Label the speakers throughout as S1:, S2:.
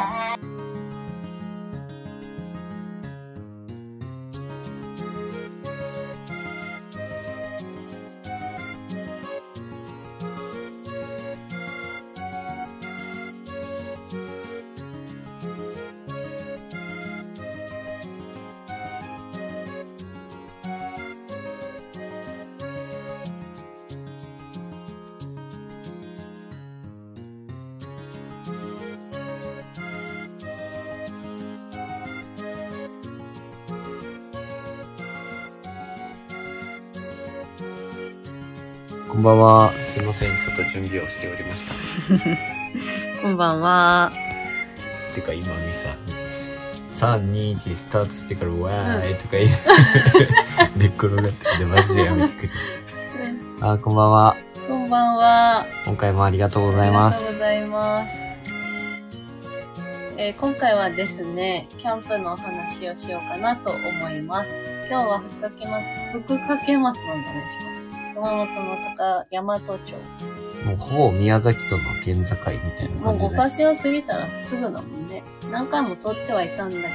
S1: や
S2: こんばんは。すいません。ちょっと準備をしておりました。
S3: こんばんは。
S2: てか今ミサ3、2、1スタートしてから、わーいとか言い、 う寝っ転がってきて、マジでやめてくれ。あ、こんばんは。
S3: こんばんは。
S2: 今回もありがとうございま
S3: ありがとう
S2: す。
S3: ございます。えー今回はですね、キャンプのお話をしようかなと思います。今日は福掛松、福掛松なんだね、しかも熊本の高大和町。
S2: もうほぼ宮崎との県境みたいな
S3: もう
S2: 感じ
S3: 五
S2: で。
S3: ヶ瀬を過ぎたらすぐだもんね。何回も通ってはいたんだけど、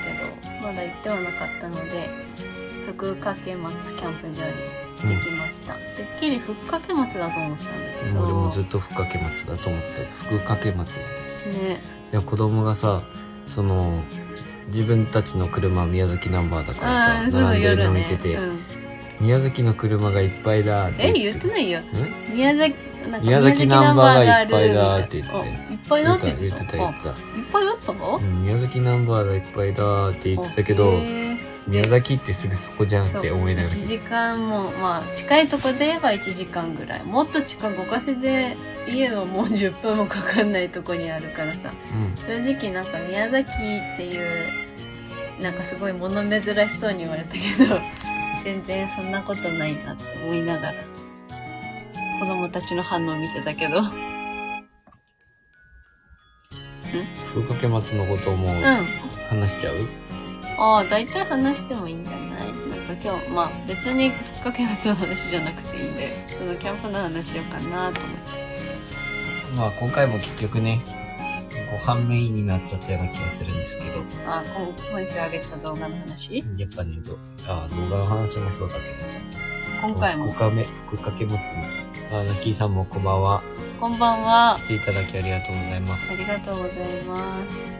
S3: まだ行ってはなかったので、福掛松キャンプ場に行ってきました。てっきり福掛松だと思ってたんだけ
S2: もう
S3: ど。
S2: 俺もずっと福掛松だと思ってた福掛松です。
S3: ね。
S2: いや、子供がさ、その、自分たちの車は宮崎ナンバーだから
S3: ああ
S2: さ、
S3: ー、そうそう
S2: 並んでるの
S3: 夜ね
S2: 見てて、
S3: うん
S2: 宮崎の車がいっぱいだーって
S3: え
S2: 言
S3: 言
S2: っ
S3: っててないよ
S2: ん
S3: 宮崎なんか
S2: 宮崎ナンバーがいっぱいだーって言って
S3: 宮崎ナンバーがあるみたいないっぱいだって言っ
S2: 言った言
S3: て
S2: ったてた
S3: あ
S2: 言ってた
S3: いっぱいだったの
S2: うん宮崎ナンバーがいっぱいだーって言ってたけど
S3: へー
S2: 宮崎ってすぐそこじゃんっ
S3: そう
S2: て思いながら
S3: 1時間もまあ近いとこで言えば1時間ぐらいもっと近い五ヶ瀬で家はもう10分もかかんないとこにあるからさ正直なんか宮崎っていうなんかすごい物珍しそうに言われたけど 全然そんなことないなって思いながら子供たちの反応見てたけど
S2: うん、風かけ松のことも
S3: うん
S2: 話しちゃう、
S3: ああ大体話してもいいんじゃないなんか今日まあ別にふっかけ物の話じゃなくていいんでそのキャンプの話しようかなと思って
S2: まあ今回も結局ねご飯メインになっちゃったような気がするんですけど
S3: あー今今週上げた動画の話
S2: やっぱねどあ動画の話もそうだけどさ
S3: 今回も
S2: 福かめ福かけ松もあナッキーさんもこんばんは
S3: こんばんは
S2: 来ていただきありがとうございます
S3: ありがとうございます。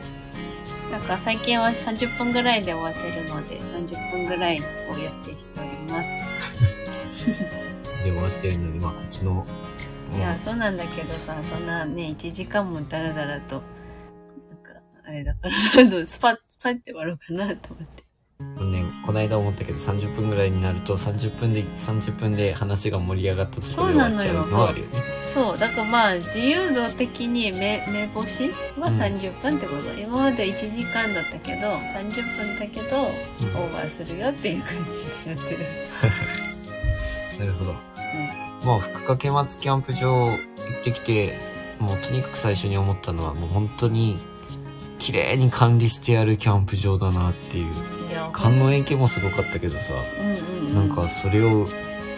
S3: なんか最近は30分ぐらいで終わってるので、30分ぐらいを予定しております。
S2: で終わってるのでまあこっちの、うん
S3: いや、そうなんだけどさ、そんなね、1時間もダラダラと、なんか、あれだから、 スパッ、パッて終わろうかなと思って。
S2: ね、この間思ったけど30分ぐらいになると30分で30分で話が盛り上がったところで終わっちゃうのはあるよね
S3: そう、だからまあ、自由度的に目、目星は
S2: うん
S3: 30分ってこと。今まで1時間だったけど、30分だけど、
S2: うん
S3: オーバーするよっていう感じでやってる。
S2: なるほど、まあ福掛松キャンプ場行ってきてもうとにかく最初に思ったのはもう本当に綺麗に管理してあるキャンプ場だなっていう
S3: いや、
S2: 観音園系もすごかったけどさ、
S3: うんうんうん。
S2: なんかそれを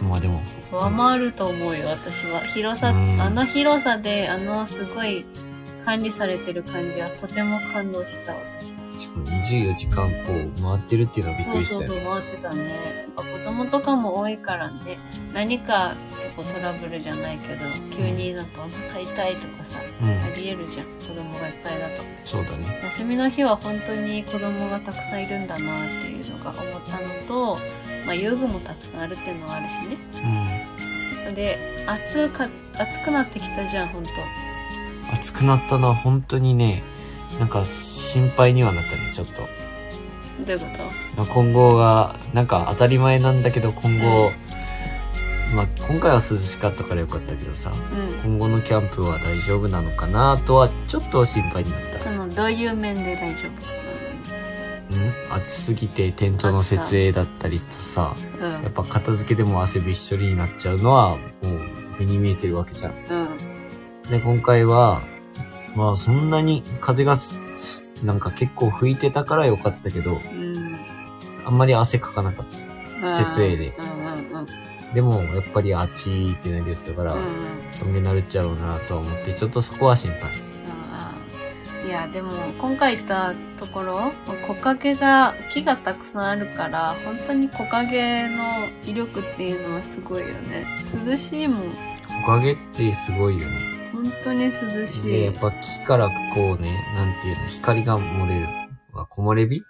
S2: まあでも
S3: 上回ると思うよ私は広さ、
S2: うん
S3: あの広さであのすごい管理されてる感じはとても感動した私
S2: しかも24時間こう回ってるっていうのはびっく
S3: そう
S2: りし
S3: そ
S2: た
S3: う
S2: よ
S3: そう
S2: ね
S3: 回ってたねやっぱ子供とかも多いからね何か結構トラブルじゃないけど急になんかお腹痛いとかさ
S2: うん
S3: ありえるじゃん子供がいっぱいだと
S2: そうだね
S3: 休みの日は本当に子供がたくさんいるんだなっていうのが思ったのと、まあ、遊具もたくさんあるっていうのはあるしねで暑か暑くなってきたじゃん本当
S2: うん暑くなったのは本当にねなんか心配にはなったねちょっと
S3: どういうこ
S2: 今後がなんか当たり前なんだけど今後、まあ今回は涼しかったからよかったけどさ
S3: とうん。
S2: 今後のキャンプは大丈夫なのかなとはちょっと心配になった、
S3: その、どういう面で大丈夫
S2: うん、暑すぎてテントの設営だったりとさ
S3: かな
S2: やっぱ片付けでも汗びっしょりになっちゃうのはもう目に見えてるわけじゃん
S3: うん。うん。
S2: で今回はまあそんなに風がすなんか結構吹いてたからよかったけど
S3: うん。
S2: あんまり汗かかなかった設営で
S3: うんうんうん。
S2: でもやっぱりあっちーってなりよったから、
S3: うんうん。
S2: 飛んでなるっちゃろうなとは思ってちょっとそこは心配
S3: あいやでも今回行ったところ木陰が木がたくさんあるから本当に木陰の威力っていうのはすごいよね涼しいもん
S2: 木陰ってすごいよね
S3: 本当に涼し
S2: で
S3: い
S2: やっぱ木からこうねなんていうの光が漏れるは木漏れ日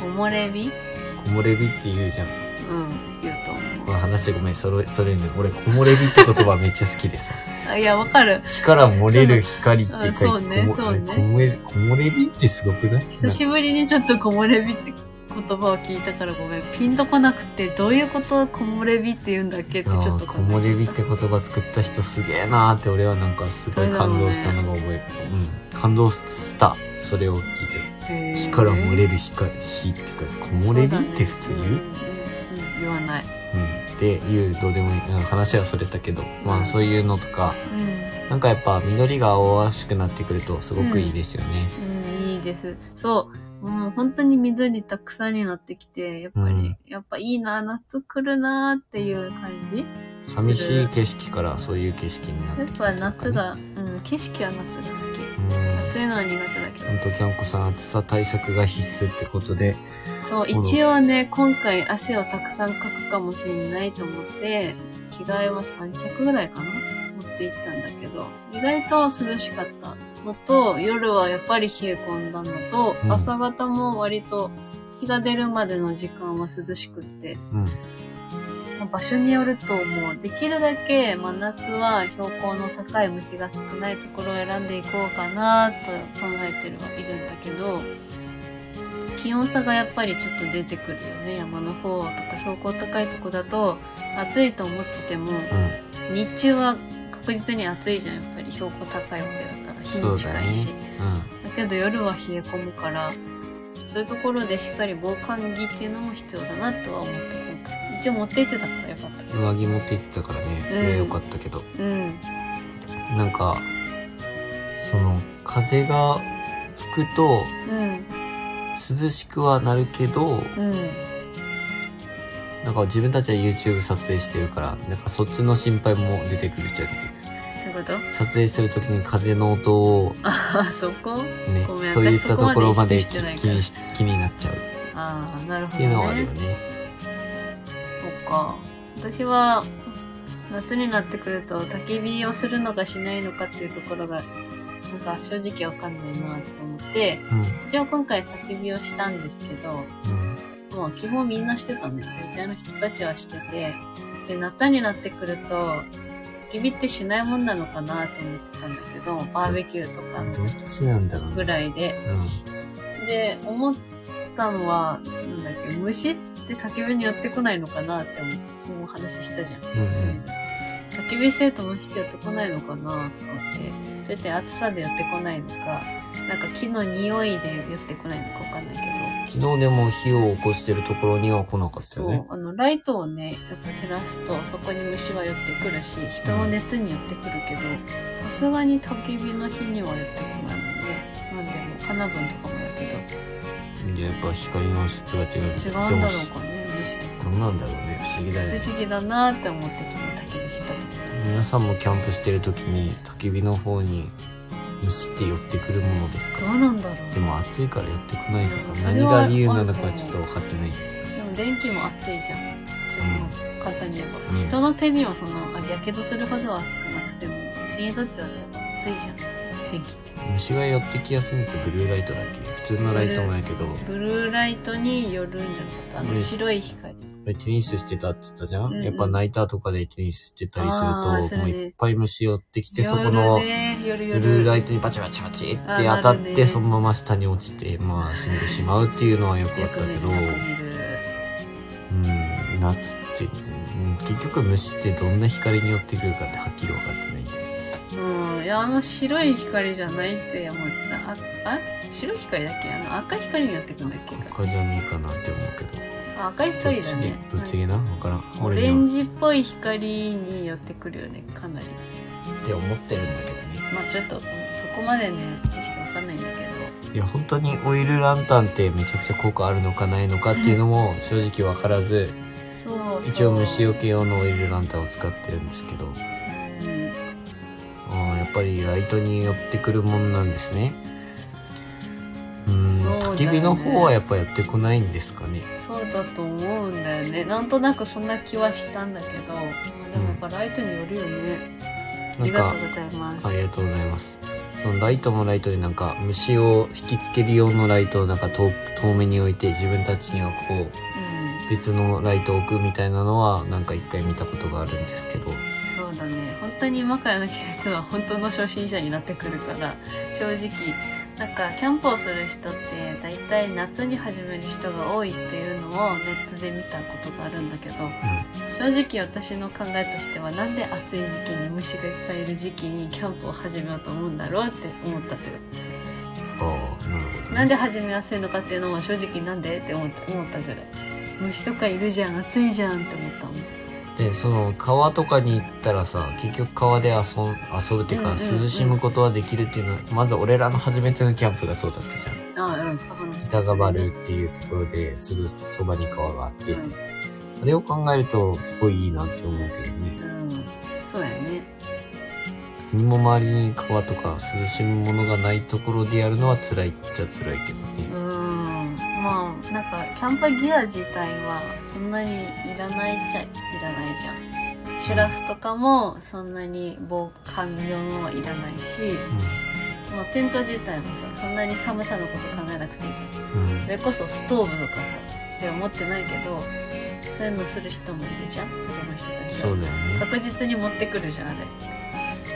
S3: 木漏れ日うん
S2: 木漏れ日って言うじゃん
S3: 言うと思
S2: この話してごめんそれそれね俺木漏れ日って言葉めっちゃ好 きでさ
S3: うあいやわかる
S2: 木から漏れる光って書いて
S3: そうね
S2: こも
S3: そうね
S2: 木漏れ木漏れ日ってすごくない
S3: 久しぶりにちょっと木漏れ日って言葉を聞いたからごめんピンとこなくてどういうこと木漏れ日って言うんだっけってち
S2: な
S3: ょ
S2: ん
S3: っ
S2: か
S3: と
S2: あ
S3: 思
S2: ー
S3: っち
S2: 木
S3: ゃった
S2: 漏れ日って言葉作った人すげえなーって俺はなんかすごい感動したのが覚える、うん、感動したそれを聞いてる
S3: へー
S2: 木から漏れる光火って書いて木漏れ日って普通言う
S3: そうだねうんうんうん言わない
S2: うん、っていうどうでもいい、うん、話はそれたけど、まあそういうのとかなんかやっぱ緑が青々しくなってくるとすごくいいですよね。
S3: うん、うん、いいですそうもう本当に緑たくさんになってきてやっぱり、
S2: うん
S3: やっぱいいな夏来るなっていう感じ
S2: 寂しい景色からそういう景色になっ
S3: や
S2: て
S3: っ
S2: きた
S3: ぱ
S2: りとかね
S3: 夏が、うん、景色は夏が好き
S2: うん
S3: 暑いのは苦手だけど
S2: ほんとキャンコさん暑さ対策が必須ってことで
S3: そう、
S2: ほど
S3: 一応ね、今回汗をたくさんかくかもしれないと思って、着替えは3着ぐらいかな持って行ったんだけど、意外と涼しかったのと、夜はやっぱり冷え込んだのと、
S2: うん
S3: 朝方も割と日が出るまでの時間は涼しくって、
S2: うん
S3: まあ場所によるともうできるだけ真夏は標高の高い虫が少ないところを選んでいこうかなと考えてるはいるんだけど気温差がやっぱりちょっと出てくるよね山の方とか標高高いとこだと暑いと思ってても
S2: うん
S3: 日中は確実に暑いじゃんやっぱり標高高いわけだから日
S2: そ
S3: に
S2: うだ
S3: 近
S2: ね
S3: いしだ,、けど夜は冷え込むからそういうところでしっかり防寒着っていうのも必要だなとは思って今回一応持って行ってたからよかったけど
S2: うん上着持って行ってたからねそれは良かったけど、
S3: うん
S2: なんかその風が吹くと
S3: うん
S2: 涼しくはなるけど
S3: うん
S2: なんか自分たちは YouTube 撮影してるからなんかそっちの心配も出てくるっちゃ出てくる
S3: そういうこと
S2: 撮影するときに風の音を
S3: ああそこ
S2: ね
S3: ごめん
S2: そういったところまで
S3: 私
S2: 気
S3: そこまで意識してないから
S2: 気にし気になっちゃうっ
S3: ああなるほど
S2: ていうのはあるよ
S3: ね
S2: ね
S3: そっか私は夏になってくると焚き火をするのかしないのかっていうところがなんか正直わかんないなって思って
S2: うん
S3: 一応今回焚き火をしたんですけどもう基本みんなしてたね大体の人たちはしててで夏になってくると焚き火ってしないもんなのかなと思ってたんだけどバーベキューと
S2: うん
S3: か
S2: どっちなんだろう
S3: ぐ
S2: ね
S3: らいで
S2: う
S3: で思ったのはなんだっけ虫って焚き火に寄ってこないのかなって思うもう話したじゃん、
S2: んうん
S3: 焚き火してると虫って寄ってこないのかなとかってそれって暑さで寄ってこないのかなんか木の匂いで寄ってこないのかわかんないけど
S2: 昨日でも火を起こしてるところには来なかった
S3: そ
S2: よ
S3: う、
S2: ね
S3: あのライトをねやっぱ照らすとそこに虫は寄ってくるし人の熱に寄ってくるけどさすがに焚き火の日には寄ってこないのでなんでも花分とかもだけど
S2: じゃあやっぱ光の質が違う
S3: 違
S2: で
S3: うん
S2: も
S3: だろうかね虫とか。
S2: どうなんだろうね不思議だよ
S3: 不
S2: ね
S3: 思議だなって思って昨日焚き火した
S2: 皆さんもキャンプしてる時に焚き火の方に虫って寄ってくるものですか
S3: どうなんだろう
S2: でも暑いから寄ってこないか
S3: そ
S2: ら
S3: れ
S2: 何
S3: は
S2: が理由なのかはちょっと分かってない
S3: でも電気も暑いじゃんその簡単に言えば、
S2: うん
S3: 人の手にはそのやけどするほどは暑くなくてもうちにとってはやっぱ暑いじゃん電気って
S2: 虫が寄ってきやすいのってブルーライトだっけ普通のライトもやけど
S3: ブルーライトによるんじゃなかったあの
S2: うん
S3: 白い光、
S2: 俺テニスしてたって言ったじゃん、
S3: うんうん
S2: やっぱナイターとかでテニスしてたり
S3: あー
S2: す
S3: そ
S2: ると
S3: れ
S2: も
S3: ね
S2: ういっぱい虫寄ってきてそこ
S3: 夜
S2: の
S3: ね夜
S2: ブ
S3: 夜
S2: ルーライトにバチバチバチって
S3: あ
S2: 当
S3: ー
S2: た
S3: な
S2: っ
S3: る
S2: て
S3: ね
S2: そのまま下に落ちてまあ死んでしまうっていうのはよくあ
S3: よ
S2: っ
S3: く
S2: たけ
S3: 見る
S2: ど、
S3: よく見る
S2: うん、夏って、うん結局虫ってどんな光に寄ってくるかってはっきり分かってないんだよ
S3: う
S2: ね
S3: んいやあの白い光じゃないって思ったああ白い光だっけあの赤い光によってくんだっけ
S2: 他じゃねえかなって思うけど
S3: あ赤い
S2: どっ
S3: 光
S2: ち
S3: だ
S2: げ
S3: ね
S2: どっちげな分からん
S3: オ
S2: 俺
S3: レ
S2: に
S3: ン
S2: は
S3: ジっぽい光に寄ってくるよねかなり
S2: って思ってるんだけどね
S3: まあちょっとそこまでね知識わかんないんだけ
S2: いや本当にオイルランタンってめちゃくちゃ効果あるのかないのかっていうのも正直分からず
S3: どそうそう
S2: 一応虫除け用のオイルランタンを使ってるんですけど
S3: うん
S2: あーやっぱぱりライトに寄ってくるもんなんですねうん、
S3: そうだよね
S2: 焚き火の方はやっぱやってこないんですかね
S3: そうだと思うんだよねなんとなくそんな気はしたんだけどうんでもやっぱライトによるよね、あ
S2: なん
S3: りが
S2: か
S3: とうございます
S2: ありがとうございますそのライトもライトでなんか虫を引きつける用のライトをなんか遠遠目に置いて自分たちにはこう
S3: う
S2: 別のライトを置くみたいなのはなんか一回見たことがあるんですけど
S3: んそうだね本当に今からの季節は本当の初心者になってくるから正直なんかキャンプをする人って大体夏に始める人が多いっていうのをネットで見たことがあるんだけど正直私の考えとしてはなんで暑い時期に虫がいっぱいいる時期にキャンプを始めようと思うんだろうって思ったっていう
S2: ああなるほど、ね、
S3: なんで始めやすいのかっていうのは正直なんでって思った思ったぐらい虫とかいるじゃん暑いじゃんって思ったもん
S2: でその川とかに行ったらさ結局川で遊ん遊ぶっていうか、
S3: うんうんうん
S2: 涼しむことはできるっていうのはまず俺らの初めてのキャンプがそうだったじゃん
S3: あうん川の
S2: 北がバ
S3: う
S2: ル
S3: ん
S2: っていうところですぐそばに川があって、あれを考えるとすごいいいなって思うけどね
S3: うんそうやね
S2: 何も周りに川とか涼しむものがないところでやるのは辛いっちゃ辛いけ
S3: う
S2: ど
S3: ん
S2: ね
S3: まあなんかキャンプギア自体はそんなにいらないっちゃいらないじゃんシュラフとかもそんなに防寒用のはいらないし、まあ、テント自体もさそんなに寒さのこと考えなくていい
S2: うん、うん
S3: それこそストーブとかさじゃあ持ってないけどそういうのする人もいるじゃんプロの人たち
S2: そ
S3: は
S2: うだよね
S3: 確実に持ってくるじゃんあれ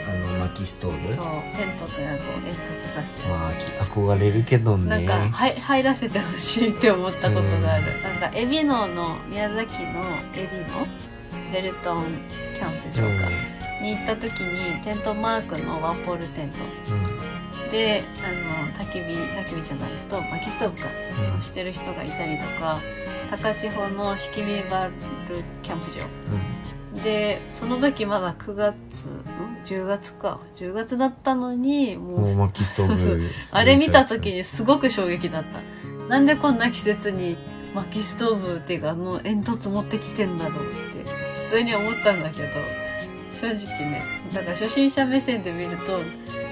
S2: あの薪ストーブ
S3: そうテントとやこう煙突ガスや
S2: まあ憧れるけどね
S3: なんか、はい、入らせてほしいって思ったことがある、なんか海老名の宮崎の海老名ベルトンキャンプ
S2: で
S3: 場
S2: も
S3: か、に行った時にテントマークのワンポールテントであの焚き火焚き火じゃないストーブ薪ストーブか
S2: うん
S3: してる人がいたりとか高千穂の式ビバルキャンプ場
S2: うん
S3: でその時まだ9月ん10月か10月だったのにもう
S2: もう薪ストーブ
S3: あれ見た時にすごく衝撃だったなんでこんな季節に薪ストーブっていうかあの煙突持ってきてんだろうって普通に思ったんだけど正直ねだから初心者目線で見ると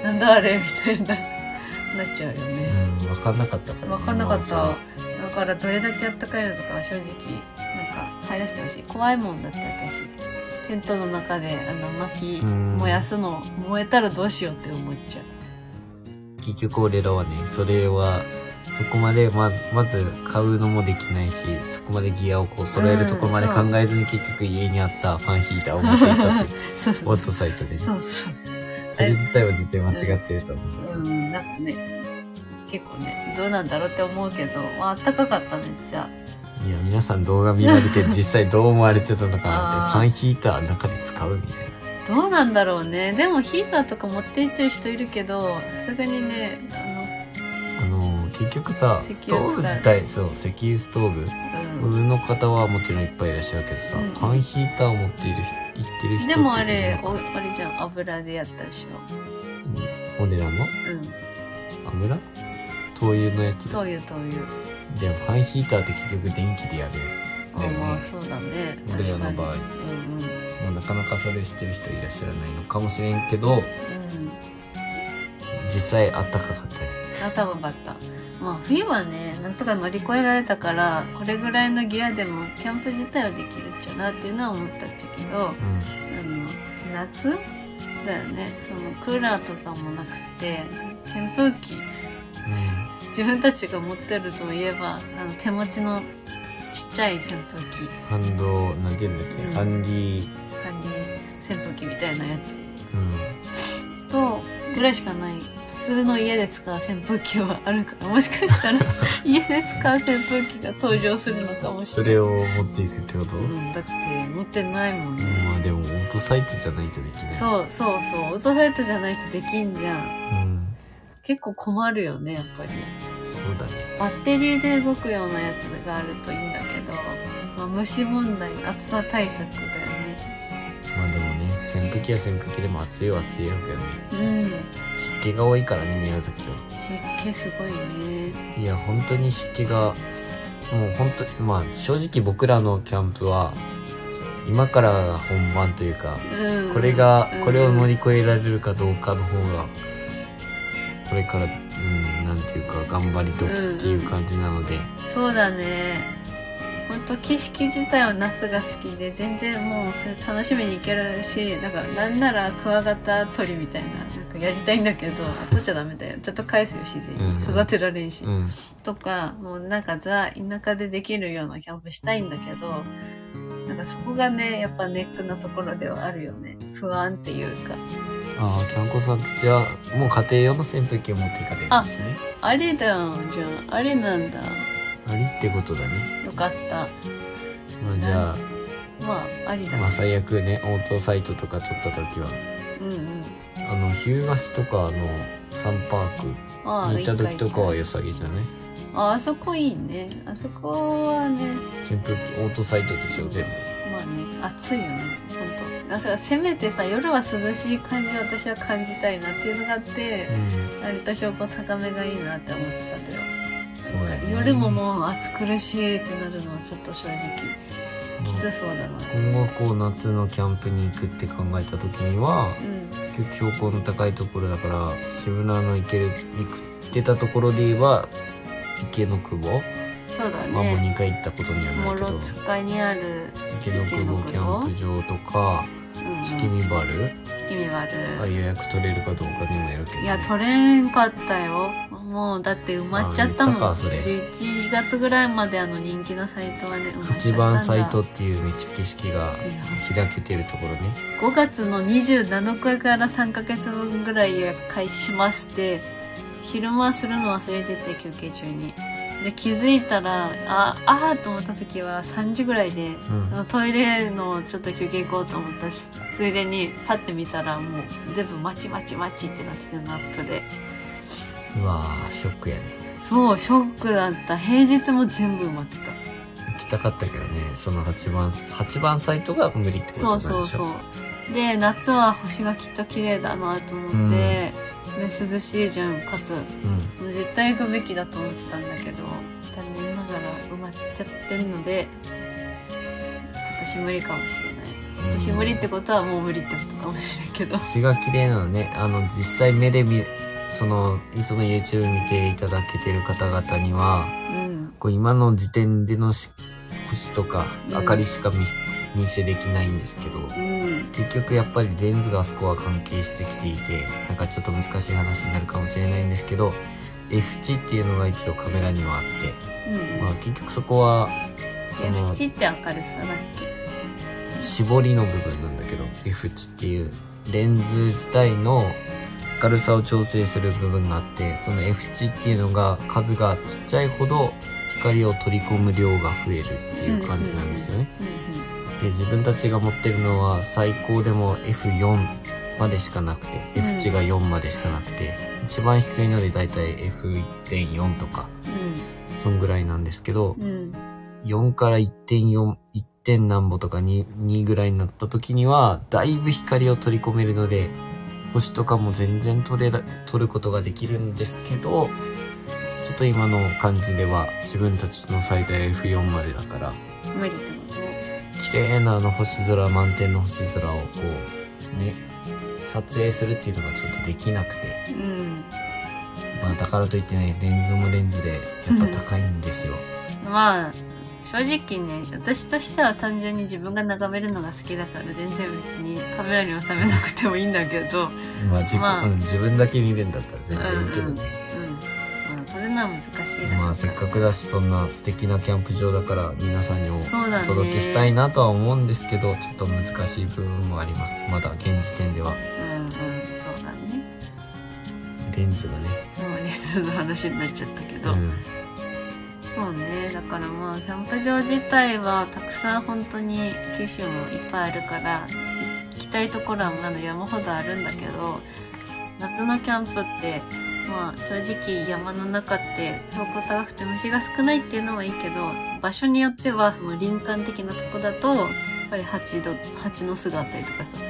S3: なんだあれみたいななっちゃうよね。
S2: うん分かんなかったから
S3: 分かんなかっ
S2: ま
S3: た
S2: あ
S3: だからどれだけあったかいのとかは正直なんか入らせてほしい怖いもんだって私テントの中であの薪
S2: うん
S3: 燃やすの燃えたらどうしようって思っちゃう
S2: 結局俺らはねそれはそこまでまずまず買うのもできないしそこまでギアをこう揃えるとこまで
S3: うん
S2: 考
S3: そう
S2: えずに結局家にあったファンヒーターを持っていったという
S3: そうそ
S2: オ
S3: う
S2: ットサイトでね
S3: そうそう
S2: それ自体は絶対間違ってると思う、
S3: うんなんかね結構ねどうなんだろうって思うけど、まああったかかっためっちゃ
S2: いや皆さん動画見られて実際どう思われてたのかなってフ
S3: あー
S2: ァンヒーターの中で使うみたいな
S3: どうなんだろうねでもヒーターとか持って行ってる人いるけどさすがにね
S2: あの結局さス
S3: 石
S2: トー
S3: 油
S2: ブ
S3: 使う
S2: 自体そう石油ストーブ
S3: あのうん
S2: 上の方はもちろんいっぱいいらっしゃるけどさ、
S3: うん
S2: ファンヒーターを持っている人行ってる人って
S3: でもあれおあれじゃん油でやったでしょ
S2: お値段の
S3: うん
S2: 油灯油のやつ
S3: 灯油灯油
S2: でもファンヒーターって結局電気でやるだよね
S3: まあそうだね
S2: 俺らの場合
S3: 確かにうんうん
S2: もうなかなかそれしてる人いらっしゃらないのかもしれんけど
S3: うん
S2: 実際あったかかったね
S3: あ多分かったまあ冬はねなんとか乗り越えられたからこれぐらいのギアでもキャンプ自体はできるっちゃなっていうのは思ったんだけどあの夏だよねそのクーラーとかもなくて扇風機
S2: う
S3: 自分たちが持ってるといえばあの手持ちのちっちゃい扇風機
S2: ん、うん、ハンドなんていうんだっけ、
S3: うん
S2: ハンディ、
S3: 管理扇風機みたいなやつ
S2: うん、
S3: とぐらいしかない普通の家で使う扇風機はあるからもしかしたら家で使う扇風機が登場するのかもし
S2: そ
S3: れない
S2: れを持っていくってこと、
S3: うん、だって持ってないもんね、
S2: まあでもオートサイトじゃないとできない
S3: そうそうそうオートサイトじゃないとできんじゃん
S2: うん、
S3: 結構困るよねやっぱり
S2: そうだね
S3: バッテリーで動くようなやつがあるといいんだけど、まあ、虫問題暑さ対策だ
S2: まあでもね扇風機は扇風機でも暑いは暑いわけよね
S3: よねうん
S2: 湿気が多いからね宮崎は
S3: 湿気すごいね
S2: いや本当に湿気がもう本当まあ正直僕らのキャンプは今からが本番というか
S3: うん
S2: これが
S3: うん
S2: これを乗り越えられるかどうかの方がこれからうんなんていうか頑張り時っていう感じなので、
S3: そうだねほんと景色自体は夏が好きで全然もうそれ楽しみに行けるしなんかなんならクワガタ取りみたいななんかやりたいんだけどあ取っちゃダメだよちょっと返すよ自然に
S2: うん
S3: 育てられんし、
S2: うん
S3: とかもうなんかザ田舎でできるようなキャンプしたいんだけどなんかそこがねやっぱネックなところではあるよね不安っていうか
S2: ああキャンコさんたちはもう家庭用の扇風機を持っていかれるんですね
S3: あれだじゃああれなんだ
S2: ありってことだね、
S3: よかった
S2: まあ、じゃあ、
S3: まあありだ、
S2: まあ、最悪ね応答サイトとか取った時は
S3: うんうん
S2: あの日向市とかのサンパーク
S3: ああ
S2: に行った時とかはい
S3: いかいい
S2: 良さげじゃない
S3: ああそこいいねあそこはね
S2: 扇風機オートサイトでしょ全
S3: まあね暑いよね本当だからせめてさ夜は涼しい感じを私は感じたいなっていうのがあって
S2: 部、うん、
S3: 割と標高高めがいいなって思ってたんだよ
S2: そうだよね
S3: 夜ももう暑苦しいってなるのはちょっと正直きつそうだな
S2: 今後こう夏のキャンプに行くって考えた時には
S3: うん
S2: 結局標高の高いところだから自分らの行ける行ってたところで言えば池の久保、
S3: そうだ
S2: まあもう
S3: ね
S2: 2回行ったことにはなるけど
S3: 諸塚にある
S2: 池の久保キャンプ場とか
S3: うん
S2: 月見バル、
S3: 月見割
S2: あ予約取れるかどうかにもよるけど、ね、
S3: いや取れんかったよもうだって埋まっちゃったもん
S2: あ言ったかそれ
S3: 11月ぐらいまであの人気のサイトはね埋まっちゃったん
S2: 8
S3: だ
S2: 番サイトっていうめっちゃ景色が
S3: いや
S2: 開けてるところね
S3: 5月の27日から3ヶ月分ぐらい予約開始しまして昼間するの忘れてて休憩中にで気づいたらああーと思った時は3時ぐらいで、
S2: ん
S3: そのトイレのちょっと休憩行こうと思ったしついでにパッて見たらもう全部「待ち待ち待ち」ってなってたのアップで
S2: うわーショックやね
S3: そうショックだった平日も全部埋まってた
S2: 行きたかったけどねその8番8番サイトが無理ってことな
S3: そ
S2: ん
S3: う
S2: でしょ
S3: そうそうで夏は星がきっと綺麗だなと思って、
S2: うん
S3: ね、涼しいじゃんかつ
S2: うん
S3: もう絶対行くべきだと思ってたんだけど残念ながら埋まっちゃってるので今年無理かもしれない今年無理ってことはもう無理ってことかもしれんけど
S2: 星が綺麗なのねあの実際目で見そのいつも YouTube 見ていただけてる方々には
S3: うん
S2: こう今の時点でのし星とか
S3: うん
S2: 明かりしか見,、見せできないんですけど
S3: うん
S2: 結局やっぱりレンズがあそこは関係してきていてなんかちょっと難しい話になるかもしれないんですけど F 値っていうのが一応カメラにはあって、まあ、結局そこはそ
S3: うん
S2: の
S3: 縁って明るさだっ
S2: 絞りの部分なんだけど F 値っていうレンズ自体の明るさを調整する部分があってその F 値っていうのが数がちっちゃいほど光を取り込む量が増えるっていう感じなんですよね。
S3: け、うん
S2: で自分たちが持ってるのは最高でも F4 までしかなくて、
S3: うん
S2: F 値が4までしかなくて一番低いのでだいたい F1.4 とかそんぐらいなんですけど
S3: うんうん
S2: 4から1.4 1. 点何ぼとか 2, 2ぐらいになった時にはだいぶ光を取り込めるので星とかも全然取れら取ることができるんですけどちょっと今の感じでは自分たちの最大 F4 までだから
S3: うん無理ってこと
S2: 綺麗なあの星空満天の星空をこうね撮影するっていうのがちょっとできなくて、
S3: うん
S2: まあ、だからといってねレンズもレンズでやっぱ高いんですよ、
S3: まあ正直ね私としては単純に自分が眺めるのが好きだから全然別にカメラに収めなくてもいいんだけど
S2: まあ自己
S3: まあ
S2: うん自分だけ見るんだったら全然いいけどね、
S3: うん、うん、それなら難しいだろう
S2: まあせっかくだしそんな素敵なキャンプ場だから皆さんにお
S3: そうだね
S2: 届けしたいなとは思うんですけど、ちょっと難しい部分もありますまだ現時点で
S3: う
S2: は
S3: んうんそうだね
S2: レンズがね、
S3: もうレスの話になっちゃったけど、
S2: うん
S3: そうねだからまあキャンプ場自体はたくさん本当に九州もいっぱいあるから行きたいところはまだ山ほどあるんだけど夏のキャンプってまあ正直山の中って標高高くて虫が少ないっていうのはいいけど場所によってはその林間的なとこだとやっぱり蜂度蜂の巣があったりとかさ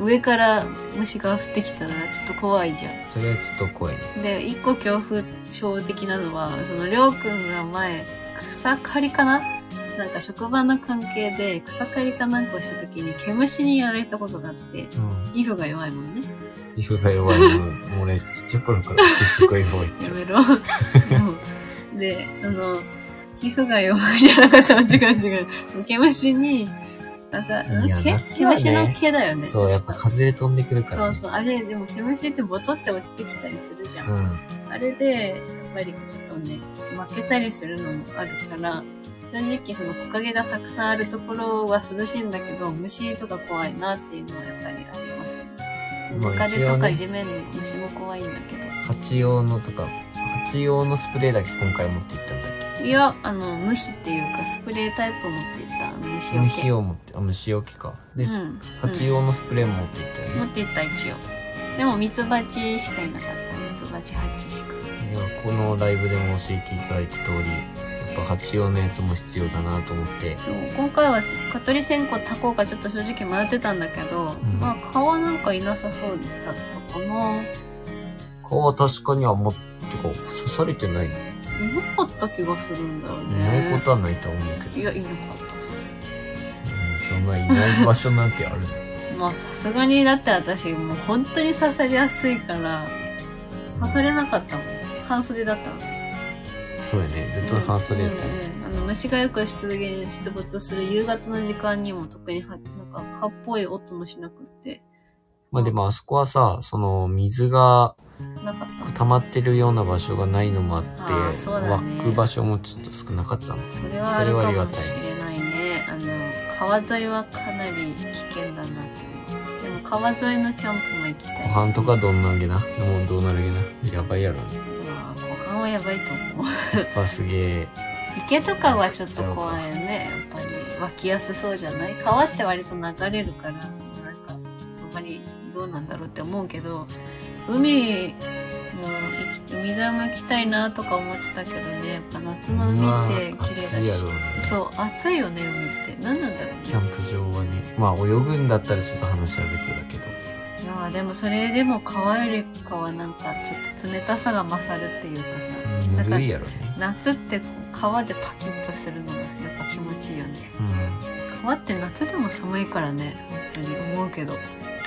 S3: 上から虫が降ってきたらちょっと怖いじゃん。
S2: うん、それはちょっと怖いね
S3: で一個恐怖症的なのはそのりょうくんが前草刈りかななんか職場の関係で草刈りかなんかをした時に毛虫にやられたことがあって
S2: うん。
S3: 皮膚が弱いもんね
S2: 皮膚が弱いの。もう俺、ちっちゃい頃から皮膚が弱いって
S3: や。 めろう んでその皮膚が弱いじゃなかった違う違う毛虫にあさん
S2: いや
S3: 毛
S2: 夏
S3: 毛
S2: はね
S3: 虫の毛だよね
S2: そう、やっぱ風で飛んでくるか
S3: そ
S2: ら、
S3: う
S2: ね。
S3: そうあれでも毛虫ってボトって落ちてきたりするじゃん
S2: うん。
S3: あれで、やっぱりちょっとね、負けたりするのもあるから、正直その木陰がたくさんあるところは涼しいんだけど、虫とか怖いなっていうのはやっぱりありますね。
S2: まあ
S3: 木陰
S2: 一応
S3: とか
S2: ね
S3: 地面の虫も怖いんだけ
S2: 蜂用のとか、蜂用のスプレーだけ今回持って行ったんだっ
S3: ど。いや、あの、無比っていうか、スプレータイプを持っていったあの虫
S2: け
S3: よけ。
S2: 虫を持って、あ、虫よけか。で、
S3: うん。
S2: 蜂用のスプレーも持って行ったよ
S3: うん持
S2: ね。
S3: っていった一応。でもミツバチしかいなかった。ミツバチ蜂しか。
S2: いやこのライブでも教えていただいた通り、やっぱ蜂用のやつも必要だなと思って。
S3: そう今回は蚊取り線香炊こうかちょっと正直迷ってたんだけど、
S2: ん
S3: まあ蚊はなんかいなさそうだったかな。
S2: 顔は確かには持ってこう、刺されてない。い
S3: いなかった気がするんだよ
S2: ないこ
S3: ね。
S2: とはないと思うけど。
S3: いや、いなかったっす。
S2: うんそんないない場所なんてあるの
S3: まあさすがにだって私もう本当に刺されやすいから、 刺されなかったもん。半袖だったの。
S2: そうやねずっと半袖やったね、
S3: うんうんあの虫がよく出現出没する夕方の時間にも特にはなんか蚊っぽい音もしなくって
S2: まあでもあそこはさその水が
S3: なかった
S2: 溜まってるような場所がないのもあって
S3: あーそうだね
S2: 湧く場所もちょっと少なかったの
S3: それはあるかもしれないねあの川沿いはかなり危険だなって思うでも川沿いのキャンプも行きたいし
S2: ご飯とかどんなんげなもうどうなるげなやばいやろ
S3: まあご飯はやばいと思う
S2: やっぱすげえ
S3: 池とかはちょっと怖いよねやっぱり湧きやすそうじゃない川って割と流れるからなんかあんまりどうなんだろうって思うけど海も行き海沿いも行きたいなとか思ってたけどねやっぱ夏の海って綺麗だ
S2: まあ暑い
S3: し
S2: や、ろうね
S3: そう暑いよね海って何なんだろうね
S2: キャンプ場はねまあ泳ぐんだったらちょっと話は別だけど
S3: いやーでもそれでも川よりかはなんかちょっと冷たさが勝るっていうか
S2: うんぬるいやろね
S3: さ夏ってこう川でパキッとするのがやっぱ気持ちいいよね
S2: うん
S3: 川って夏でも寒いからね本当に思うけど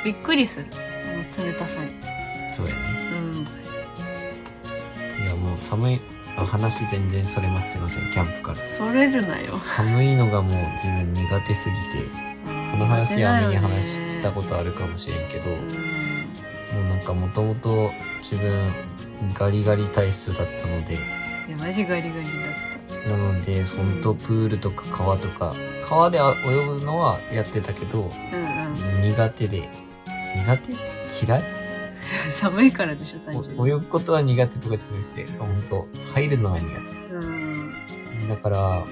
S3: びっくりするあの冷たさに
S2: そうやね
S3: うん
S2: いやもう寒いあ話全然それますすいませんキャンプから
S3: それるなよ
S2: 寒いのがもう自分苦手すぎてこの話は前に話したことあるかもしれんけど
S3: と
S2: もうなんかもともと自分ガリガリ体質だったので
S3: いやマジガリガリだっ
S2: なのでほんとプールとか川とか川で泳ぐのはやってたけど
S3: たうんうん
S2: 苦手で苦手嫌い
S3: 寒いからでしょ単純
S2: お
S3: に
S2: 泳ぐことは苦手とかじゃなくてほんと入るのが苦手
S3: うん
S2: だからもう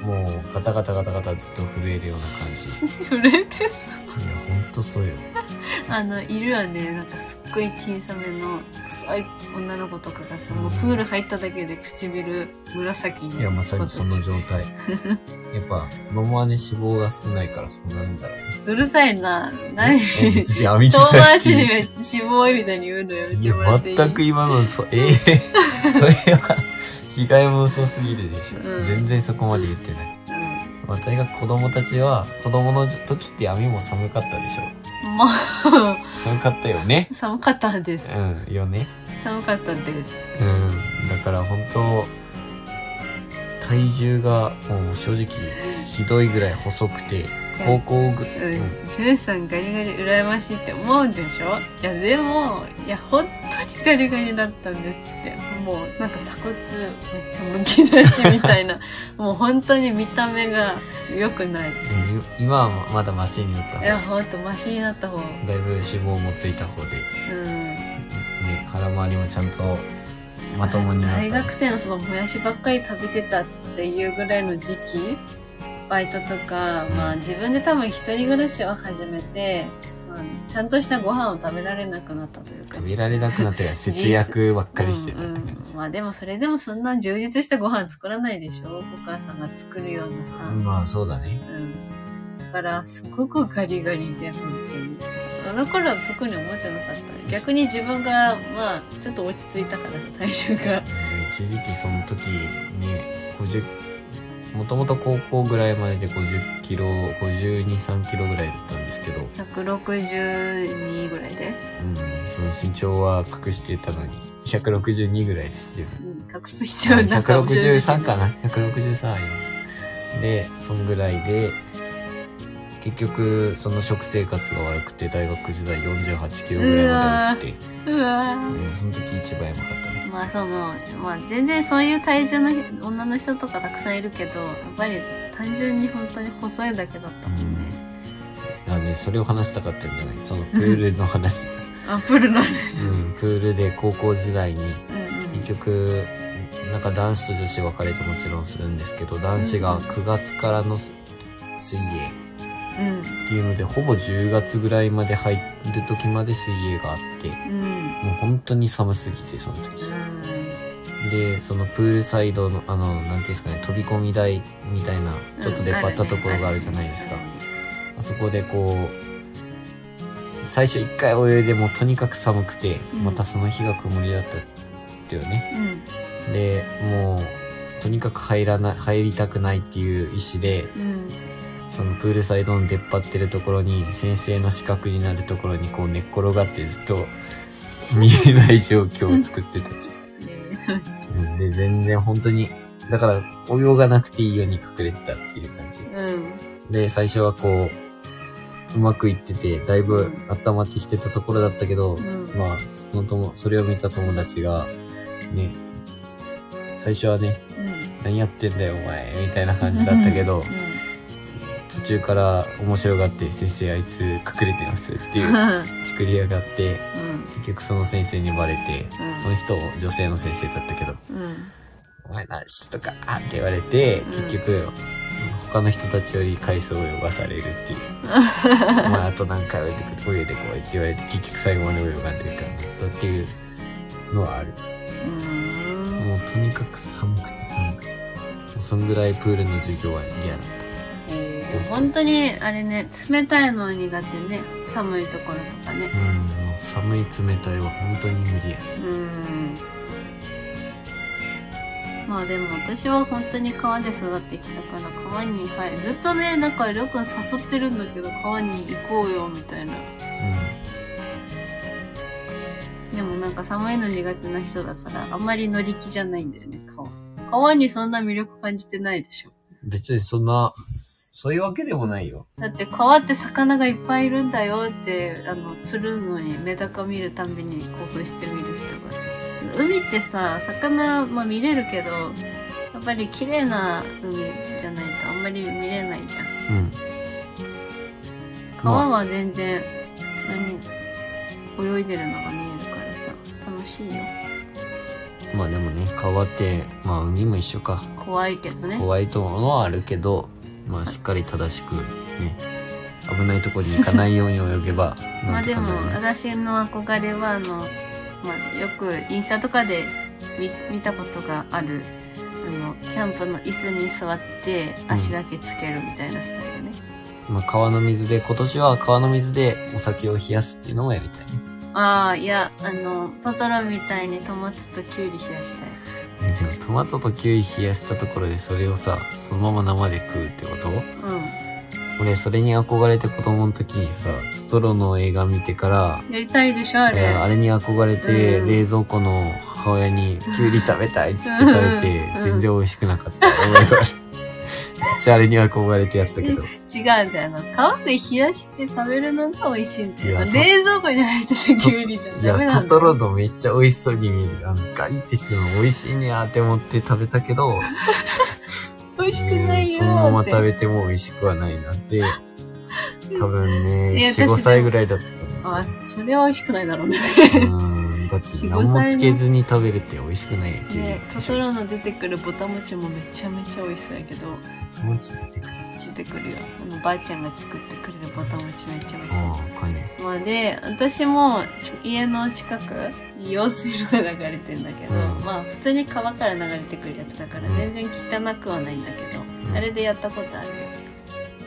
S2: ガタガタガタガタずっと震えるような感じ
S3: 震えてさ
S2: いやほんとそうよ
S3: あのいるわねなんかすっごい小さめの細い女の子とかがさもうプール入っただけで唇紫に
S2: いやまさにその状 態やっぱ子供はね脂肪が少ないからそうなるんだろうね
S3: うるさいな何
S2: え別
S3: 遠
S2: に網切った
S3: 回
S2: し
S3: しで死亡みたいに言うのやめ
S2: い
S3: ても
S2: や
S3: らっていい
S2: 全く今のそええ それは被害妄想すぎるでしょ、
S3: うん
S2: 全然そこまで言ってない、
S3: うん
S2: まあ、とにかく子供たちは子供の時って網も寒かったでしょ
S3: まあ
S2: 寒かったよね
S3: 寒かったです、
S2: うんよね
S3: 寒かったです
S2: うんだから本当体重がもう正直ひどいぐらい細くて高校ぐ
S3: うん、
S2: うん
S3: シュウさんガリガリ羨ましいって思うんでしょいやでもいや本当にガリガリだったんですってもうなんか鎖骨めっちゃむき出しみたい なもう本当に見た目が良くない
S2: うん今はまだマシになった方
S3: い
S2: だ
S3: やほんとマシになった方う
S2: いぶ脂肪もついた方で、
S3: ん
S2: ね、腹回りもちゃんとまともになった
S3: 大学生のそのもやしばっかり食べてたっていうぐらいの時期バイトとか、まあ自分で多分一人暮らしを始めて、まあちゃんとしたご飯を食べられなくなったというか
S2: 食べられなくなったから節約ばっかりしてた
S3: う
S2: っ
S3: ん
S2: て
S3: う
S2: 感じ、
S3: ん、まあでもそれでもそんな充実したご飯作らないでしょお母さんが作るようなさ、
S2: まあそうだね
S3: うん、だからすごくガリガリで本当にあの頃は特に思ってなかった逆に自分がまあちょっと落ち着いたからさ体重が
S2: 一時期その時ね50もともと高校ぐらいまでで50キロ52 3キロぐらいだったんですけど、うん、
S3: 162ぐらいで、
S2: その身長は隠してたのに162ぐらいですよ、
S3: うん、隠す必要なんか
S2: 163かな163ありますでそんぐらいで結局その食生活が悪くて大学時代48キロぐらいまで落ちて、
S3: うわー
S2: うんその時一番やばかったね
S3: まあそうもう、まあ、全然そういう体重の女の人とかたくさんいるけどやっぱり単純に本当に細いだけだったもんね、
S2: だからねそれを話したかったんじゃないそのプールの話、
S3: あプールなんです、
S2: う
S3: うん、
S2: ん、プールで高校時代に
S3: うん
S2: 結局なんか男子と女子分かれてもちろんするんですけど男子が9月からの水水泳
S3: うん
S2: っていうのでほぼ10月ぐらいまで入る時まで水泳があって
S3: うんうん
S2: もう本当に寒すぎてその時でそのプールサイドのあの何ていうんですかね飛び込み台みたいなちょっと出っ張ったところがあるじゃないですか、あそこでこう最初1回泳いでもうとにかく寒くて
S3: うん
S2: またその日が曇りだったっていうね
S3: うんうん
S2: でもうとにかく入らない入りたくないっていう意思で
S3: うん
S2: そのプールサイドの出っ張ってるところに先生の死角になるところにこう寝っ転がってずっと見えない状況を作ってたじ
S3: ねそう
S2: ゃんうんで全然本当にだから泳がなくていいように隠れてたっていう感じ
S3: うん
S2: で最初はこううまくいっててだいぶ温まってきてたところだったけど、
S3: うん
S2: まあその友それを見た友達がね最初はね「何やってんだよお前」みたいな感じだったけど、途中から面白がって「先生あいつ隠れてます」って
S3: うん
S2: いう うん作り上がって
S3: うん
S2: 結局その先生にバレてその人女性の先生だったけど
S3: うん
S2: 「お前何しとか」って言われて
S3: うん
S2: 結局、他の人たちより回数を泳がされるっていう 「お前あと何回泳いでこい泳いでこい」って言われて結局最後まで泳がんでるからだったっていうのはある
S3: うん
S2: もうとにかく寒くて寒くてもうそんぐらいプールの授業は嫌だ
S3: えー本当にあれね冷たいのは苦手ね寒いところとかね
S2: うんもう寒い冷たいは本当に無理や
S3: うんまあでも私は本当に川で育ってきたから川に入るずっとねなんかりょうくん誘ってるんだけど川に行こうよみたいな
S2: うん
S3: でもなんか寒いの苦手な人だからあんまり乗り気じゃないんだよね川川にそんな魅力感じてないでしょ
S2: 別にそんな、そういうわけでもないよ。
S3: だって川って魚がいっぱいいるんだよってあの釣るのにメダカ見るたんびに興奮して見る人が海ってさ魚、まあ、見れるけどやっぱり綺麗な海じゃないとあんまり見れないじゃん
S2: うん。
S3: 川
S2: まあ、
S3: は全然普通に泳いでるのが見えるからさ楽しいよ
S2: まあでもね、川って、まあ海も一緒か。
S3: 怖いけどね
S2: 怖いとものはあるけど、まあしっかり正しく、ね、危ないとこに行かないように泳げば、
S3: ま
S2: な
S3: あ
S2: んと
S3: で
S2: か
S3: も
S2: なるね
S3: 私の憧れはあの、まあ、よくインスタとかで見見たことがあるあのキャンプの椅子に座って足だけつけるみたいなスタイルね、
S2: まあ川の水で、今年は川の水でお酒を冷やすっていうのもやりたいね。
S3: ああいやあのトトロみたいにトマトとキュウリ冷やしたい
S2: でもトマトとキウイ冷やしたところでそれをさ、そのまま生で食うってこと
S3: う
S2: 俺それに憧れて子供の時にさ、トトロの映画見てから、
S3: んやりたいでしょあ
S2: い
S3: れ、
S2: やあれに憧れて、
S3: うん
S2: 冷蔵庫の母親に「きゅうり食べたい」っつって食べて、
S3: うん
S2: 全然美味しくなかった思いがある めっちゃあれに憧れてやったけど
S3: 違うんだよあの皮で冷やして食べるのが美味しいんだよ
S2: いや
S3: 冷蔵庫に入ってたキュウリじゃ
S2: い
S3: ダメ
S2: や
S3: なん
S2: ト
S3: だ
S2: ト
S3: よ
S2: ロのめっちゃ美味しそうに見えるあのガリってしてるの美味しいねやって思って食べたけど
S3: 美味しくないよ
S2: うんそのま
S3: ー
S2: ま
S3: って
S2: 食べても美味しくはないなって多分
S3: いや
S2: ね
S3: 私でも
S2: 45歳ぐらいだったと
S3: あ
S2: 思
S3: ーそれは美味しくないだろうね
S2: うんだって何もつけずに食べるって美味しくないよきゅうり
S3: ね、トトロの出てくるぼたもちもめちゃめちゃ美味しそうやけど
S2: もうちょっと出てくる
S3: 出てくるよあのばあちゃんが作ってくれるぼたもちめっちゃ美味し
S2: ああかね
S3: そう、まあ、で私もちょ家の近くに用水路が流れてんだけど、
S2: うん
S3: まあ普通に川から流れてくるやつだから
S2: うん
S3: 全然汚くはないんだけど、
S2: うん
S3: あれでやったことあるよ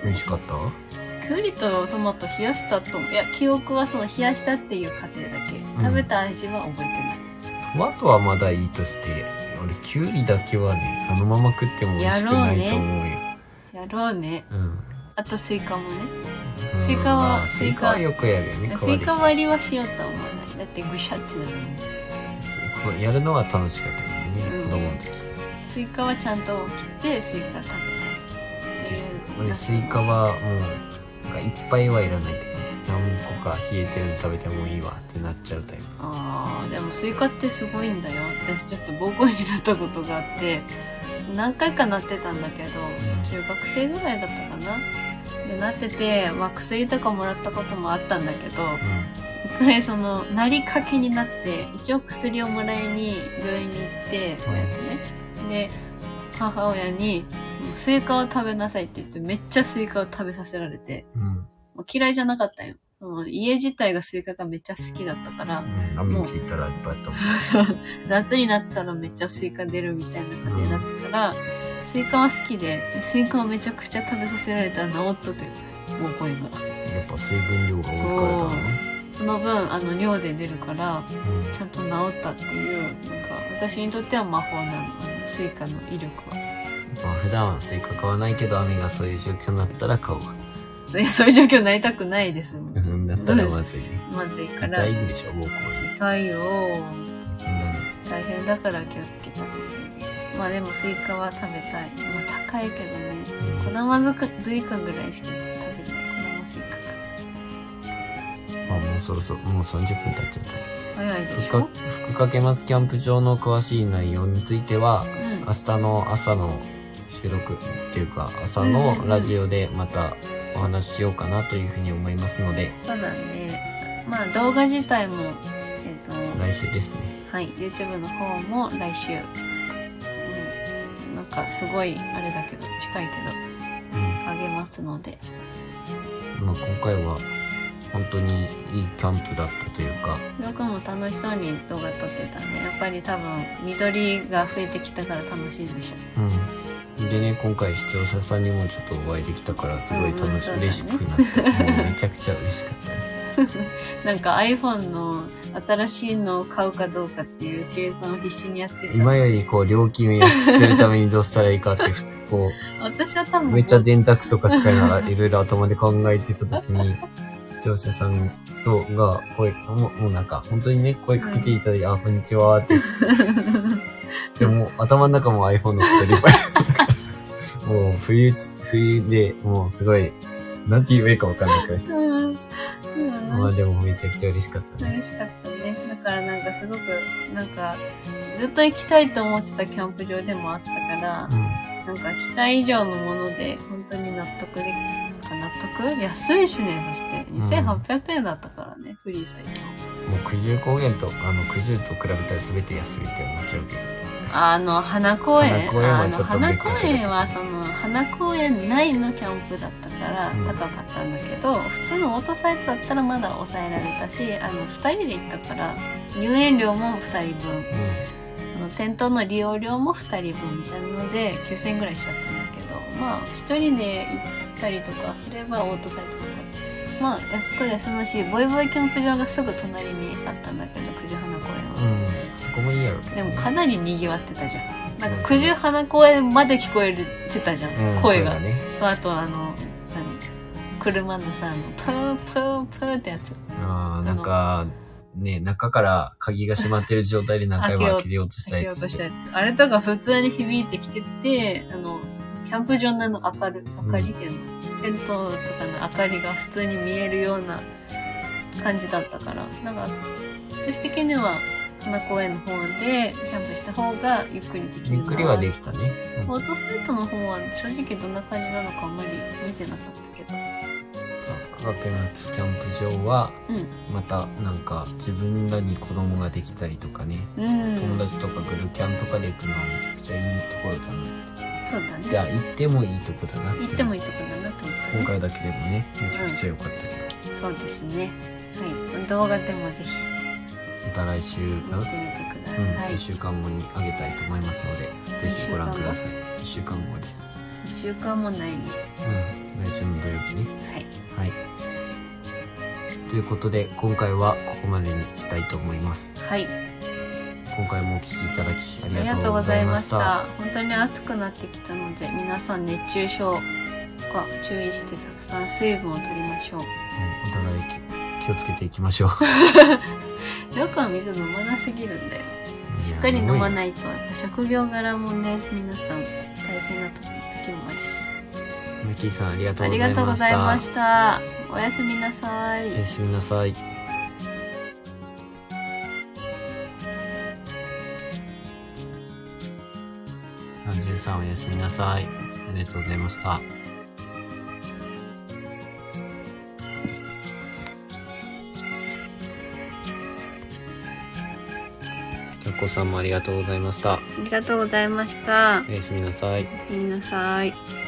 S2: 美味しかった
S3: きゅうりとトマト冷やしたといや記憶はその冷やしたっていう過程だけ
S2: ん
S3: 食べた味は覚えてない、
S2: トマトはまだいいとして俺キュウリだけはねあのまま食っても美味しくないと思うよ
S3: やろうね
S2: うん
S3: あとスイカもね
S2: うん
S3: スイカは
S2: まあ
S3: ス
S2: ス
S3: イカ
S2: イカはよくやるよね
S3: スイカ割
S2: り
S3: りはしようとは思わないだってぐしゃってなるよね
S2: やるのは楽しかったよね、
S3: うん
S2: 子供の時
S3: スイカはちゃんと切ってスイカ食べたいっていう
S2: 俺スイカはもうなんかいっぱいはいらないって感じ何個か冷えてるの食べてもいいわってなっちゃうタイプ
S3: あーでもスイカってすごいんだよ私ちょっと暴行になったことがあって何回かなってたんだけど中学生ぐらいだったかなでなってて、まあ、薬とかもらったこともあったんだけど一回そのなりかけになって一応薬をもらいに病院に行ってこうやってねで母親に「スイカを食べなさい」って言ってめっちゃスイカを食べさせられて
S2: うんうん
S3: もう嫌いじゃなかったんよその家自体がスイカがめっちゃ好きだったから
S2: うんうんラミンチ行ったらいっぱいあったもん
S3: そうそう夏になったらめっちゃスイカ出るみたいな感じになったから、スイカは好きでスイカをめちゃくちゃ食べさせられたら治ったというもう声が
S2: やっぱ水分量が多いからだろうね
S3: その分あの尿で出るから
S2: うん
S3: ちゃんと治ったっていうなんか私にとっては魔法なのあのスイカの威力は
S2: まあ普段はスイカ買わないけど雨がそういう状況になったら買おう
S3: いやそう いう状況になりたくないですもん
S2: うんだったらまずい
S3: まずいから
S2: 痛いんでしょ膀胱に
S3: 痛いよ
S2: う
S3: 大変だから気をつけた方がいいねまあでもスイカは食べたいまあ高いけどね
S2: ん
S3: 小玉ずくずいかぐらいしか食べない小玉ずいか
S2: まあもうそろそろもう30分経っちゃっ
S3: か早い
S2: た
S3: でし
S2: 福か
S3: ょ
S2: 福掛松キャンプ場の詳しい内容については
S3: うん
S2: 明日の朝の収録っていうか朝のラジオでまたお話ししようかなというふうに思いますので
S3: そうだねまあ動画自体もえっ、と
S2: 来週ですね
S3: はい YouTube の方も来週うんなんかすごいあれだけど近いけ
S2: うん
S3: どあげますので
S2: まあ今回は本当にいいキャンプだったというか
S3: りょうくんも楽しそうに動画撮ってたねやっぱり多分緑が増えてきたから楽しいでしょ
S2: うん、でね今回視聴者さんにもちょっとお会いできたからすごい楽
S3: うんうん
S2: し
S3: そうだ
S2: い、
S3: ね
S2: 嬉しくなったもうめちゃくちゃ嬉しかったね
S3: なんか iPhone の新しいのを買うかどうかっていう計算を必死にやってた
S2: 今よりこう料金を安くするためにどうしたらいいかってこ
S3: 私は多
S2: う
S3: 分
S2: めっちゃ電卓とか使いながらいろいろ頭で考えてた時に視聴者さんとが声もうもうなんか本当にね声かけていただいて「あこんにちは」ってでも頭の中も iPhone のことでいっぱいもう冬冬でもうすごいなんて言えばいいかわかんないから
S3: うん、
S2: ま
S3: う
S2: あ
S3: ん、
S2: でもめちゃくちゃ嬉しかったね。
S3: 楽しかったねだからなんかすごくなんかずっと行きたいと思ってたキャンプ場でもあったから
S2: う
S3: なんか期待以上のもので本当に納得できなんか納得安いしねそして2800円だったからね、フリーサイト
S2: ん。もう九十高原と、あの九十と比べたら全て安いって思っちゃうけど。
S3: あの花公園
S2: 花公園は
S3: あの
S2: ちょっと
S3: 花
S2: 別
S3: 公
S2: 格
S3: 園はその花公園内のキャンプだったから
S2: うん
S3: 高かったんだけど、普通のオートサイトだったらまだ抑えられたしあの2人で行ったから入園料も2人分
S2: う
S3: あの店頭の利用料も2人分みたいなので9,000円ぐらいしちゃったんだけどまあ1人で行ったりとかすればオートサイトとかまあ安く休むしボイボイキャンプ場がすぐ隣にあったんだけど久慈花公園は。
S2: ん。うん。そこもいいやろうけど
S3: でも
S2: ね。
S3: かなり賑わってたじゃん。なんか九十花公園まで聞こえてたじゃん、
S2: うん
S3: 声が。
S2: ね。
S3: とあとあの何車のさあのプープープーってやつ。
S2: ああ、なんか、ね、中から鍵が閉まってる状態で何回も開けようとした
S3: 開けよ
S2: や
S3: う
S2: つ。
S3: としたやつ。あれとか普通に響いてきててあのキャンプ場のあの明る明かりっていうの、テントとかの明かりが普通に見えるような感じだったからなんか私的には花公園の方でキャンプした方がゆっくりできるな
S2: ゆっくりはできたね。うん
S3: オートサイトの方は正直どんな感じなのかあんまり見てなかったけど
S2: 科学夏キャンプ場は、
S3: う
S2: またなんか自分らに子供ができたりとかね、
S3: んうん
S2: 友達とかグルキャンとかで行くのはめちゃくちゃいいところだな。
S3: そう
S2: い
S3: だ
S2: や、
S3: ね
S2: 行ってもいいとこだな
S3: 行ってもいいとこだなと思
S2: 今
S3: ったね
S2: 回だけでもねめちゃくちゃ良かったけど、
S3: そうですねはい動画でもぜひ
S2: また来週、
S3: 見てみて
S2: うん
S3: ください、
S2: 1週間後にあげたいと思いますのでぜひご覧ください1週間後です、
S3: 一週間もないね
S2: うん、来週の土曜日ね
S3: はい
S2: はいということで今回はここまでにしたいと思います
S3: はい
S2: こ今回もお聞きいただきあ
S3: あ
S2: り
S3: り
S2: が
S3: が
S2: と
S3: と
S2: う
S3: う
S2: ご
S3: ご
S2: ざ
S3: ざ
S2: い
S3: い
S2: ま
S3: ま
S2: し
S3: したた本当に暑くなってきたので皆さん熱中症が注意してたくさん水分を取りましょう
S2: うんお互い気気をつけていきましょう
S3: よくは水飲まなすぎるんだよ
S2: うん
S3: しっかり飲ま
S2: い
S3: ないと職業柄もね皆さん大変な時もあるし
S2: やムッキーさんありがと
S3: あ
S2: うご
S3: り
S2: ざいました
S3: がとうございましたおやすみなさい
S2: おやすみなさいあジュンさんおやすみなさいありがとうございましたタコさんもありがとうございました
S3: ありがとうございました
S2: おやすみなさい
S3: おやすみなさい